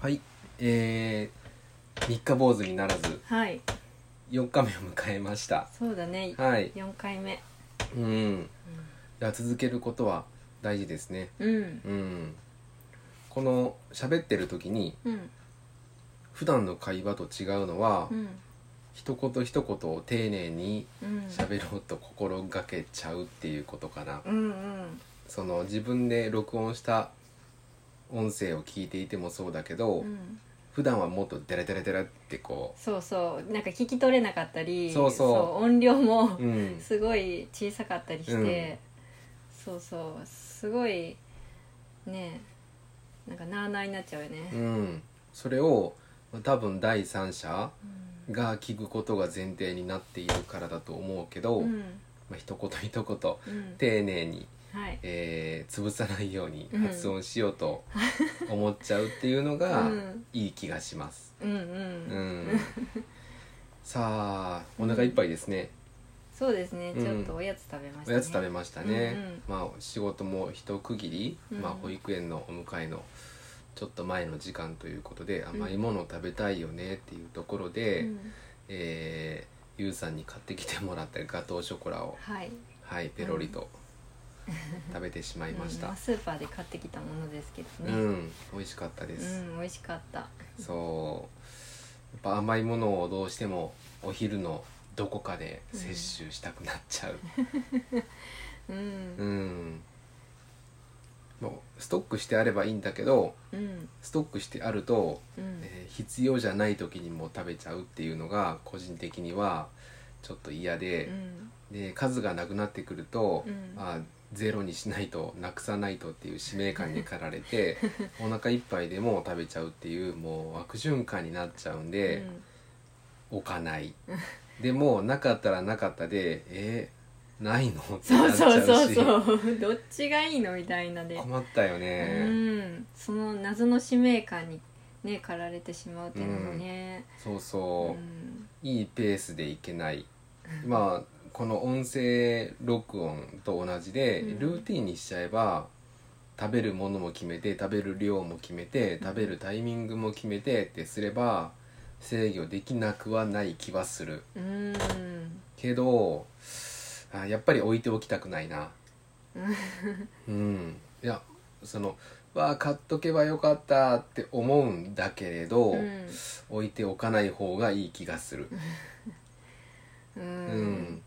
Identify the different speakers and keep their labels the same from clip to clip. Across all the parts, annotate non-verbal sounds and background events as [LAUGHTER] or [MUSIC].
Speaker 1: はい、えー、三日坊主にならず
Speaker 2: はい
Speaker 1: 4日目を迎えました
Speaker 2: そうだね、
Speaker 1: はい
Speaker 2: 4回目
Speaker 1: うん、いや続けることは大事ですね
Speaker 2: うん
Speaker 1: うんこの喋ってる時に
Speaker 2: うん
Speaker 1: 普段の会話と違うのは、
Speaker 2: うん
Speaker 1: 一言一言を丁寧に
Speaker 2: うん
Speaker 1: 喋ろうと心がけちゃうっていうことかな、
Speaker 2: うんうん
Speaker 1: その自分で録音した音声を聞いていてもそうだけど、
Speaker 2: うん
Speaker 1: 普段はもっとデラデラデラってこ
Speaker 2: そうそうなんか聞き取れなかったり
Speaker 1: そうそう
Speaker 2: 音量も
Speaker 1: う、うん、
Speaker 2: すごい小さかったりして、
Speaker 1: うん
Speaker 2: そうそうすごいねえなんかなあなあになっちゃうよね
Speaker 1: う、ん、それをまあ多分第三者
Speaker 2: うん
Speaker 1: が聞くことが前提になっているからだと思うけど、
Speaker 2: うん
Speaker 1: まあ、一言一言
Speaker 2: うん
Speaker 1: 丁寧に、
Speaker 2: はい
Speaker 1: えー潰さないように
Speaker 2: うん
Speaker 1: 発音しよう
Speaker 2: [LAUGHS]
Speaker 1: と思っちゃうっていうの
Speaker 2: う
Speaker 1: が
Speaker 2: ん
Speaker 1: いい気がします。
Speaker 2: うんうん、
Speaker 1: うんさあお腹いっぱいですね、
Speaker 2: そうですね
Speaker 1: うん
Speaker 2: ちょっとおやつ食べました
Speaker 1: お
Speaker 2: ね
Speaker 1: やつ食べましたね、
Speaker 2: うんうん
Speaker 1: まあ仕事も一区切り、
Speaker 2: うん
Speaker 1: まあ、保育園のお迎えのちょっと前の時間ということで甘いものを食べたいよねっていうところで、
Speaker 2: うん
Speaker 1: えーゆうさんに買ってきてもらったガトーショコラを
Speaker 2: はい
Speaker 1: はいペロリと食べてしまいまし
Speaker 2: うん
Speaker 1: た
Speaker 2: あスーパーで買ってきたものですけ
Speaker 1: う
Speaker 2: ど
Speaker 1: ん、
Speaker 2: ね、
Speaker 1: 美味しかったで
Speaker 2: う
Speaker 1: す、
Speaker 2: ん、美味しかった
Speaker 1: そうやっぱ甘いものをどうしてもお昼のどこかで摂取したくなっちゃう、
Speaker 2: うん
Speaker 1: うんもうストックしてあればいいんだけど
Speaker 2: うん
Speaker 1: ストックしてあると、
Speaker 2: うん
Speaker 1: えー必要じゃない時にも食べちゃうっていうのが個人的にはちょっと嫌
Speaker 2: う
Speaker 1: で、
Speaker 2: ん
Speaker 1: で数がなくなってくると、
Speaker 2: うん
Speaker 1: あゼロにしないとなくさないとっていう使命感に駆られ
Speaker 2: [LAUGHS]
Speaker 1: てお腹いっぱいでもう食べちゃうっていうもう悪循環になっちゃうんで。置かないでもなかったらなかったでえーないのって
Speaker 2: そ
Speaker 1: な
Speaker 2: う
Speaker 1: っち
Speaker 2: そ
Speaker 1: ゃ
Speaker 2: う
Speaker 1: うし
Speaker 2: そうそうどっちがいいのみたいなで、
Speaker 1: 困ったよね、
Speaker 2: うんその謎の使命感にね駆られてしまうっていうのもね、
Speaker 1: そう
Speaker 2: うん
Speaker 1: そう、いいペースでいけないまあこの音声録音と同じで、
Speaker 2: うん
Speaker 1: ルーティンにしちゃえば食べるものも決めて食べる量も決めて食べるタイミングも決めてってすれば制御できなくはない気はする
Speaker 2: うん
Speaker 1: けどあやっぱり置いておきたくないなうんいやその「わあ買っとけばよかった」って思うんだけれど、
Speaker 2: うん
Speaker 1: 置いておかない方がいい気がする
Speaker 2: う
Speaker 1: うん
Speaker 2: ん、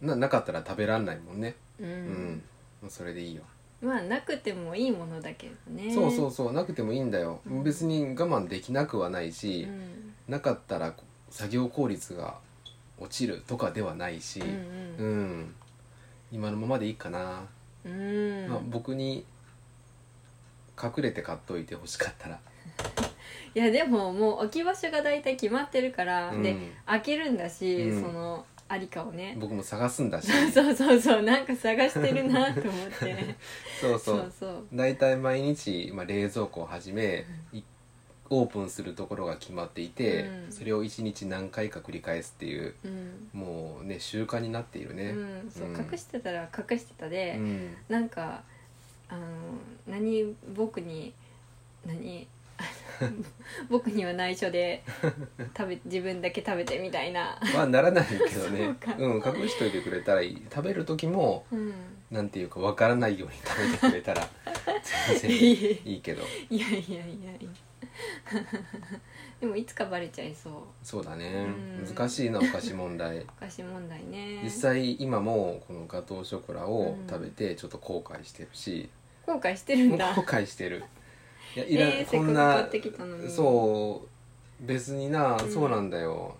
Speaker 1: ななかったら食べらんないもんね
Speaker 2: う
Speaker 1: うんん、もうそれでいいよ、
Speaker 2: まあなくてもいいものだけどね
Speaker 1: そうそうそうなくてもいいんだよ、
Speaker 2: うん
Speaker 1: 別に我慢できなくはないうし、
Speaker 2: ん
Speaker 1: なかったら作業効率が落ちるとかではないし
Speaker 2: う
Speaker 1: うんん、今のままでいいかな、
Speaker 2: うんうん、
Speaker 1: まあ、僕に隠れて買っといてほしかったら、
Speaker 2: いやでももう置き場所が大体決まってるから、
Speaker 1: うん
Speaker 2: で開けるんだし、
Speaker 1: うん
Speaker 2: そのありかをね、
Speaker 1: 僕も探すんだし
Speaker 2: [LAUGHS] そうそうそうなんか探してるなと思って
Speaker 1: そう [LAUGHS] そ
Speaker 2: そううそう
Speaker 1: 大体毎日、まあ、冷蔵庫をはじめ、いオープンするところが決まっていて、
Speaker 2: うん
Speaker 1: それを一日何回か繰り返すっていう
Speaker 2: うん、
Speaker 1: もうね習慣になっている
Speaker 2: う
Speaker 1: ね、
Speaker 2: ん、そう
Speaker 1: うん
Speaker 2: 隠してたら隠してた
Speaker 1: う
Speaker 2: で、
Speaker 1: ん
Speaker 2: なんかあの何僕に何 [LAUGHS] 僕には内緒で
Speaker 1: [LAUGHS]
Speaker 2: 食べ自分だけ食べてみたいな、
Speaker 1: まあならないけど
Speaker 2: [LAUGHS] そう
Speaker 1: ね
Speaker 2: か
Speaker 1: うん、隠しといてくれたらいい食べる時も
Speaker 2: うん、
Speaker 1: なんていうかわからないように食べてくれた
Speaker 2: [LAUGHS]
Speaker 1: ら全然
Speaker 2: い
Speaker 1: いいけど
Speaker 2: やいやいや [LAUGHS] いやでもいつかバレちゃいそう
Speaker 1: そうだね、
Speaker 2: うん
Speaker 1: 難しいなお菓子問題
Speaker 2: お菓子問題ね
Speaker 1: 実際今もこのガトーショコラを食べてちょっと後悔してるし、
Speaker 2: 後悔してるんだ
Speaker 1: 後悔してるいやいらん
Speaker 2: えー、せ
Speaker 1: こ
Speaker 2: っ
Speaker 1: ん
Speaker 2: か
Speaker 1: な
Speaker 2: く買ってきたのに
Speaker 1: そう別にな、
Speaker 2: うん
Speaker 1: そうなんだよ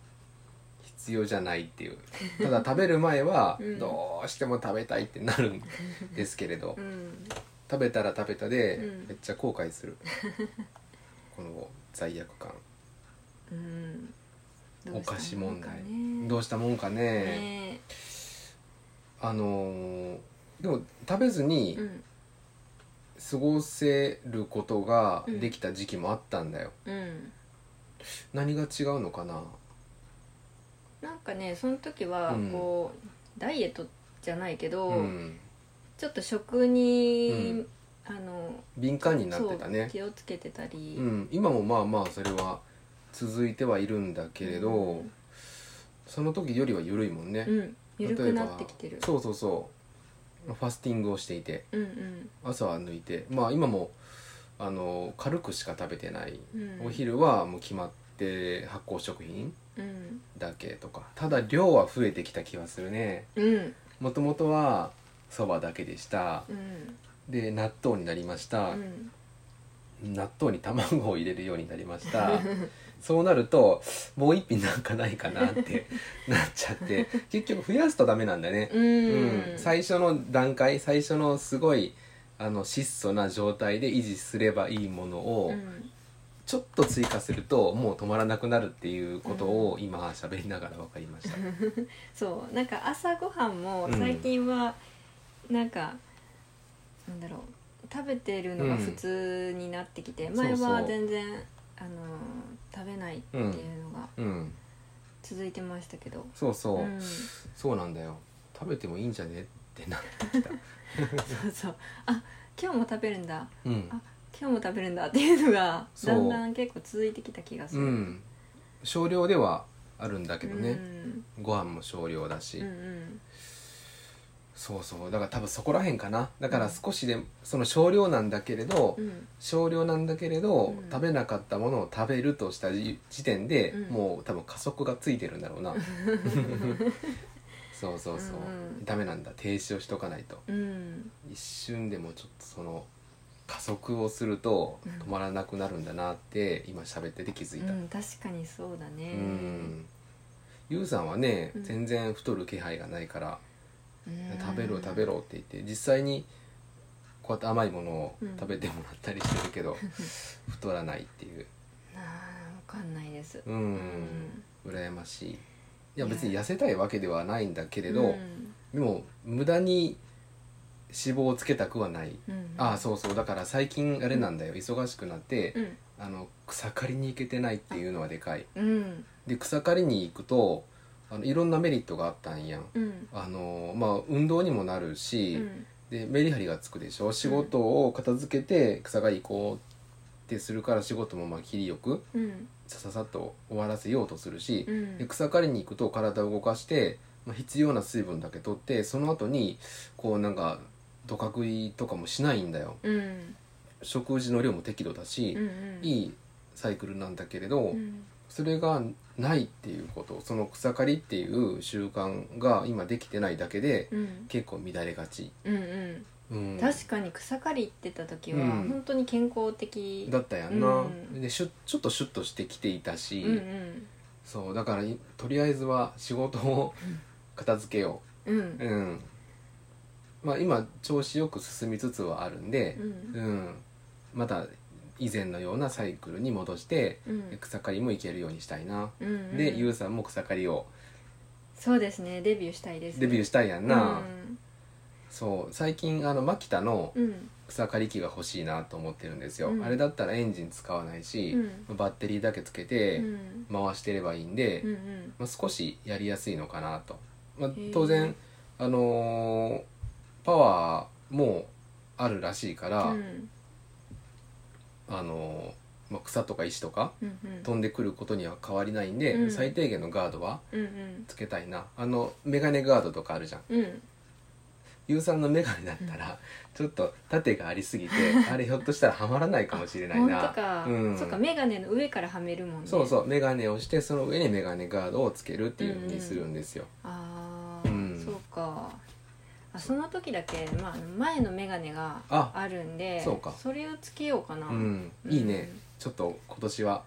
Speaker 1: 必要じゃないっていうただ食べる前は
Speaker 2: [LAUGHS] うん
Speaker 1: どうしても食べたいってなるんですけれど、
Speaker 2: うん
Speaker 1: 食べたら食べたで、
Speaker 2: うん
Speaker 1: めっちゃ後悔す
Speaker 2: [LAUGHS]
Speaker 1: るこの罪悪感
Speaker 2: うん
Speaker 1: お菓子問題
Speaker 2: ど
Speaker 1: ど
Speaker 2: う
Speaker 1: うしたもんかね
Speaker 2: したのかねね
Speaker 1: あのーでも食べずに
Speaker 2: うん
Speaker 1: 過ごせることができた時期もあったんだよ、
Speaker 2: うん
Speaker 1: 何が違うのかな
Speaker 2: なんかねその時は
Speaker 1: うん
Speaker 2: こう、ダイエットじゃないけど、
Speaker 1: うん
Speaker 2: ちょっと食に、
Speaker 1: うん
Speaker 2: あの
Speaker 1: 敏感になってた
Speaker 2: そう
Speaker 1: ね
Speaker 2: 気をつけてたり、
Speaker 1: うん、今もまあまあそれは続いてはいるんだけれど、
Speaker 2: うん
Speaker 1: その時よりは緩いもんね、
Speaker 2: うん、緩くな
Speaker 1: 例えば
Speaker 2: ってきてる
Speaker 1: そうそうそうファスティングをしていて
Speaker 2: うん
Speaker 1: 朝は抜いてまあ今もあの軽くしか食べてない、
Speaker 2: うんうん
Speaker 1: お昼はもう決まって発酵食品
Speaker 2: うん
Speaker 1: だけとかただ量は増えてきた気はするね
Speaker 2: うん
Speaker 1: もともとはそばだけでした
Speaker 2: うん
Speaker 1: で納豆になりました、
Speaker 2: うん
Speaker 1: 納豆に卵を入れるようになりました
Speaker 2: [LAUGHS]
Speaker 1: そうなるともう一品なんかないかなって
Speaker 2: [LAUGHS]
Speaker 1: なっちゃって結局増やすとダメなんだね、
Speaker 2: うん
Speaker 1: 最初の段階最初のすごいあの質素な状態で維持すればいいものを、
Speaker 2: うん
Speaker 1: ちょっと追加するともう止まらなくなるっていうことを今喋りながら分かり
Speaker 2: [LAUGHS]
Speaker 1: ました、
Speaker 2: そうなんか朝ごはんも
Speaker 1: うん
Speaker 2: 最近はなんか、なんだろう食べてるのが普通になってきて、
Speaker 1: ん
Speaker 2: 前
Speaker 1: そう
Speaker 2: は
Speaker 1: そう
Speaker 2: 全然あのー食べないっていうのが
Speaker 1: うん
Speaker 2: 続いてましたけど、
Speaker 1: そうそう、
Speaker 2: うん [LAUGHS]
Speaker 1: そうなんだよ食べてもいいんじゃねってなってき
Speaker 2: [LAUGHS]
Speaker 1: た
Speaker 2: そうそうあ今日も食べるんだ
Speaker 1: うん
Speaker 2: あ今日も食べるんだっていうのが
Speaker 1: そう
Speaker 2: だんだん結構続いてきた気がす
Speaker 1: う
Speaker 2: る。
Speaker 1: ん少量ではあるんだけどね、
Speaker 2: うん
Speaker 1: ご飯も少量だし、
Speaker 2: うんうん
Speaker 1: そうそうだから多分そこら辺かなだから少しでその少量なんだけれど、
Speaker 2: うん
Speaker 1: 少量なんだけれど、
Speaker 2: うん
Speaker 1: 食べなかったものを食べるとした時時点で、
Speaker 2: うん
Speaker 1: もう多分加速がついてるんだろう
Speaker 2: [LAUGHS]
Speaker 1: なそうそうそう、
Speaker 2: うんうん
Speaker 1: ダメなんだ停止をしとかないと
Speaker 2: うん
Speaker 1: 一瞬でもちょっとその加速をすると
Speaker 2: うん
Speaker 1: 止まらなくなるんだなって、今喋ってて気づいた
Speaker 2: う、ん確かにそうだね
Speaker 1: うんゆうさんはね、
Speaker 2: うん
Speaker 1: 全然太る気配がないから
Speaker 2: うん
Speaker 1: 食べろ食べろって言って実際にこうやって甘いものを食べてもらったりしてるけ
Speaker 2: [LAUGHS]
Speaker 1: ど、太らないっていう
Speaker 2: あーわかんないです
Speaker 1: うん、羨ましいいや別に
Speaker 2: いや
Speaker 1: 痩せたいわけではないんだけ
Speaker 2: け
Speaker 1: れど、でも無駄に脂肪をつけたくはない、ああそうそうだから最近あれなんだよ忙しくなって、
Speaker 2: うん
Speaker 1: あの草刈りに行けてないっていうのはでかい
Speaker 2: うん
Speaker 1: で草刈りに行くとあのいろんなメリットがあったんやん
Speaker 2: うん
Speaker 1: あのまあ運動にもなる
Speaker 2: う
Speaker 1: し、
Speaker 2: ん
Speaker 1: でメリハリがつくでしょ仕事を片付けて草刈り行こうってするから仕事もまあ切りよく
Speaker 2: うん
Speaker 1: さささっと終わらせようとするし、
Speaker 2: うん
Speaker 1: で草刈りに行くと体を動かして、まあ、必要な水分だけ取ってその後にこうなんかどか食いとかもしないんだよ
Speaker 2: うん
Speaker 1: 食事の量も適度だし
Speaker 2: う、ん
Speaker 1: い
Speaker 2: い
Speaker 1: いサイクルなんだけれど、
Speaker 2: うん
Speaker 1: それがないっていうことその草刈りっていう習慣が今できてないだけで
Speaker 2: うん
Speaker 1: 結構乱れがち、
Speaker 2: うんうん
Speaker 1: うん、
Speaker 2: 確かに草刈り行ってた時は
Speaker 1: うん
Speaker 2: 本当に健康的
Speaker 1: だったやんな、
Speaker 2: うん
Speaker 1: でしゅちょっとシュッとしてきていたし、
Speaker 2: うん
Speaker 1: そうだからいとりあえずは仕事を片付けよ
Speaker 2: うんうん
Speaker 1: ううんまあ今調子よく進みつつはあるんで
Speaker 2: う、
Speaker 1: うんんまた以前のようなサイクルに戻して
Speaker 2: うん
Speaker 1: 草刈りも行けるようにしたいな、
Speaker 2: うん
Speaker 1: でゆうさんも草刈りを
Speaker 2: そうですねデビューしたいです
Speaker 1: デビューしたいやんな、
Speaker 2: うん
Speaker 1: そう最近あのマキタの
Speaker 2: うん
Speaker 1: 草刈り機が欲しいなと思ってるんですよ、
Speaker 2: うん
Speaker 1: あれだったらエンジン使わないし、バッテリーだけつけて、
Speaker 2: うん
Speaker 1: 回してればいいんで、
Speaker 2: うんうん
Speaker 1: まあ、少しやりやすいのかなと、まあ
Speaker 2: へえ、
Speaker 1: 当然、あのーパワーもあるらしいから、
Speaker 2: うん
Speaker 1: あのーまあ、草とか石とか
Speaker 2: うんうん
Speaker 1: 飛んでくることには変わりないんで、
Speaker 2: うん
Speaker 1: 最低限のガードは
Speaker 2: うんうん
Speaker 1: つけたいなあのメガネガードとかあるじゃん
Speaker 2: うん
Speaker 1: 有酸のメガネだったら、ちょっと縦がありす
Speaker 2: [LAUGHS]
Speaker 1: ぎてあれひょっとしたらはまらないかもしれない
Speaker 2: 本当
Speaker 1: な。
Speaker 2: か、
Speaker 1: うん
Speaker 2: そっか眼鏡の上からはめるもんね
Speaker 1: そうそうメガネをしてその上にメガネガードをつけるっていうふうにするんですよ。
Speaker 2: ああ、
Speaker 1: うん
Speaker 2: そうかあその時だけ、まあ、あの前の眼鏡が
Speaker 1: あ
Speaker 2: あるんで
Speaker 1: そうか
Speaker 2: れをつけようかな、
Speaker 1: うん、いいね、ちょっと今年は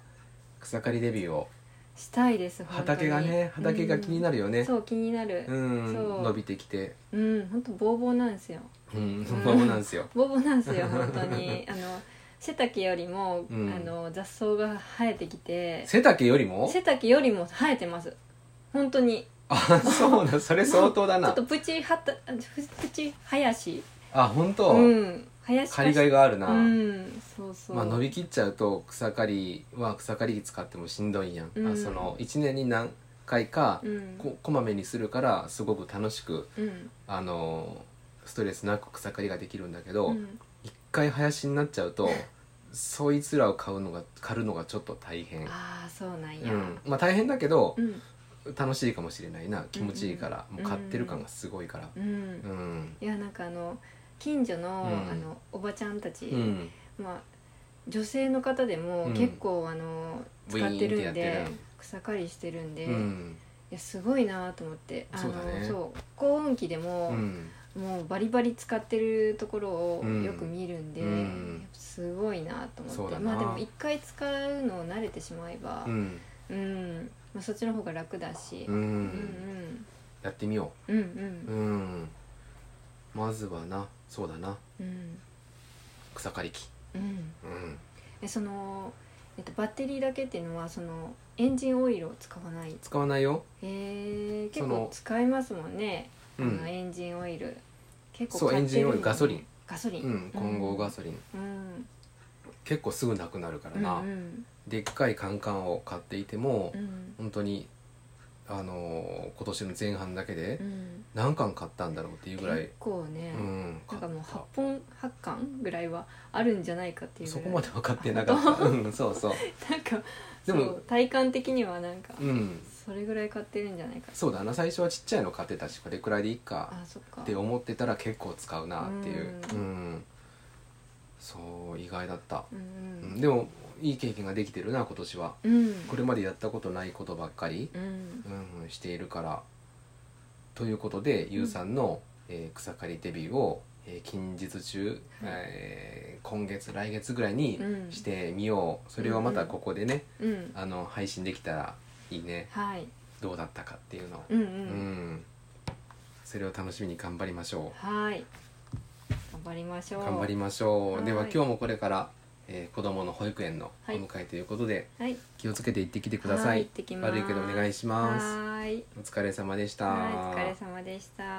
Speaker 1: 草刈りデビューを
Speaker 2: したいです本当に
Speaker 1: 畑がね畑が気にな
Speaker 2: る
Speaker 1: るよね
Speaker 2: そう気になる
Speaker 1: うん、
Speaker 2: そう
Speaker 1: 伸びてきて
Speaker 2: うん本当ボーボーなんですよ
Speaker 1: うんそうなんですよ
Speaker 2: ボーボーなん
Speaker 1: [LAUGHS]
Speaker 2: ですよ本当にあの背丈よりも、
Speaker 1: うん
Speaker 2: あの雑草が生えてきて
Speaker 1: 背丈よりも
Speaker 2: [LAUGHS] 背丈よりも生えてます本当に
Speaker 1: あ [LAUGHS] そうなそれ相当だ
Speaker 2: ちょっ
Speaker 1: な
Speaker 2: とプチはたププチ林
Speaker 1: あ本当、
Speaker 2: うん林
Speaker 1: 借りがいがあるな、
Speaker 2: うんそうそう
Speaker 1: まあ、伸びきっちゃうと草刈りは草刈り使ってもしんどいやん、
Speaker 2: うん
Speaker 1: あその1年に何回か
Speaker 2: うん
Speaker 1: ここまめにするからすごく楽しく
Speaker 2: うん
Speaker 1: あのーストレスなく草刈りができるんだけど、
Speaker 2: うん
Speaker 1: 一回林になっちゃうとそいつらを買うのが狩るのがちょっと大変、
Speaker 2: ああそうなん
Speaker 1: う
Speaker 2: や
Speaker 1: ん、まあ大変だけど
Speaker 2: う、ん
Speaker 1: 楽しいかもしれないな気持ちいいから、
Speaker 2: うん
Speaker 1: もう買ってる感がすごいから
Speaker 2: う
Speaker 1: うんん
Speaker 2: いやなんかあの近所の,、
Speaker 1: うん
Speaker 2: あのおばちゃんたち、
Speaker 1: うん
Speaker 2: まあ女性の方でも
Speaker 1: うん
Speaker 2: 結構、あの使
Speaker 1: ブ
Speaker 2: って
Speaker 1: イーンって
Speaker 2: る
Speaker 1: やっ
Speaker 2: ん
Speaker 1: てる
Speaker 2: で草刈りしてるんで、
Speaker 1: う
Speaker 2: い
Speaker 1: ん
Speaker 2: やすごいなと思ってあの
Speaker 1: そうだね
Speaker 2: そう高音機で
Speaker 1: う
Speaker 2: も、
Speaker 1: ん
Speaker 2: もうバリバリ使ってるところを
Speaker 1: うん
Speaker 2: よく見るんで、
Speaker 1: うん
Speaker 2: やっぱすごいなと
Speaker 1: そ
Speaker 2: 思
Speaker 1: う
Speaker 2: って
Speaker 1: だな
Speaker 2: まあでも一回使うのを慣れてしまえば、
Speaker 1: う
Speaker 2: うん
Speaker 1: ん
Speaker 2: まあ、そっちの方が楽だし、
Speaker 1: う
Speaker 2: うん
Speaker 1: んやってみよ
Speaker 2: うんうん
Speaker 1: ううんまずはなそうだな
Speaker 2: うんうん
Speaker 1: 草刈り機
Speaker 2: うん
Speaker 1: うん
Speaker 2: えその、えっと、バッテリーだけっていうのはそのエンジンオイルを使わない
Speaker 1: 使わないよ
Speaker 2: えー、
Speaker 1: そ
Speaker 2: 結
Speaker 1: の
Speaker 2: 構使いますもんね、
Speaker 1: う
Speaker 2: あの
Speaker 1: ん
Speaker 2: エンジンオイル結
Speaker 1: そう
Speaker 2: 買
Speaker 1: エ
Speaker 2: ってる
Speaker 1: ンジンオイルガソリン
Speaker 2: ガソリン、
Speaker 1: うん混合ガ
Speaker 2: リ
Speaker 1: ソリン
Speaker 2: ン、うん
Speaker 1: 結構すぐなくなるから
Speaker 2: うん
Speaker 1: な
Speaker 2: うん
Speaker 1: でっかいカンカンを買っていても
Speaker 2: うん
Speaker 1: 本当にあのー今年の前半だけで
Speaker 2: うん
Speaker 1: 何缶買ったんだろうっていうぐらい
Speaker 2: 結構ね、
Speaker 1: うん
Speaker 2: なんかもう
Speaker 1: 買
Speaker 2: 8
Speaker 1: っ
Speaker 2: 本8巻ぐらいはあるんじゃないかって
Speaker 1: た
Speaker 2: いう
Speaker 1: そ
Speaker 2: ぐら
Speaker 1: こま
Speaker 2: い
Speaker 1: で分かってなか
Speaker 2: [LAUGHS]
Speaker 1: ったうんそうそう
Speaker 2: なんか
Speaker 1: で
Speaker 2: そ
Speaker 1: も
Speaker 2: う体感的にはなんか、
Speaker 1: うん
Speaker 2: それぐらい買ってるんじゃないか
Speaker 1: そうだな最初はちっちゃいの買ってたしこれくらいでいいか
Speaker 2: あそっか
Speaker 1: って思ってたら結構使うなっていうう、
Speaker 2: うんん
Speaker 1: そう意外だった、
Speaker 2: うん
Speaker 1: う
Speaker 2: うんん
Speaker 1: でもいい経験ができてるな今年は
Speaker 2: うん
Speaker 1: これまでやったことないことばっかり、
Speaker 2: うん
Speaker 1: うん、しているからということで、ゆうさんの、えー草刈りデビューを、えー近日中、えー今月来月ぐらいに
Speaker 2: うん
Speaker 1: してみよう、それをまたここでね、
Speaker 2: うん
Speaker 1: あの配信できたらいいね
Speaker 2: はい
Speaker 1: どうだったかっていうのを
Speaker 2: うんう、
Speaker 1: うんん、それを楽しみに頑張りましょ
Speaker 2: はい頑張りまし
Speaker 1: う
Speaker 2: ょう
Speaker 1: 頑張りましょ
Speaker 2: は
Speaker 1: う
Speaker 2: い
Speaker 1: では今日もこれから、えー子供の保育園のお
Speaker 2: はい
Speaker 1: 迎えということで、
Speaker 2: はい
Speaker 1: 気をつけて行ってきてください
Speaker 2: は行ってきます
Speaker 1: 悪いけどお願いします
Speaker 2: はーい
Speaker 1: お疲れ様でした
Speaker 2: はいお疲れ様でした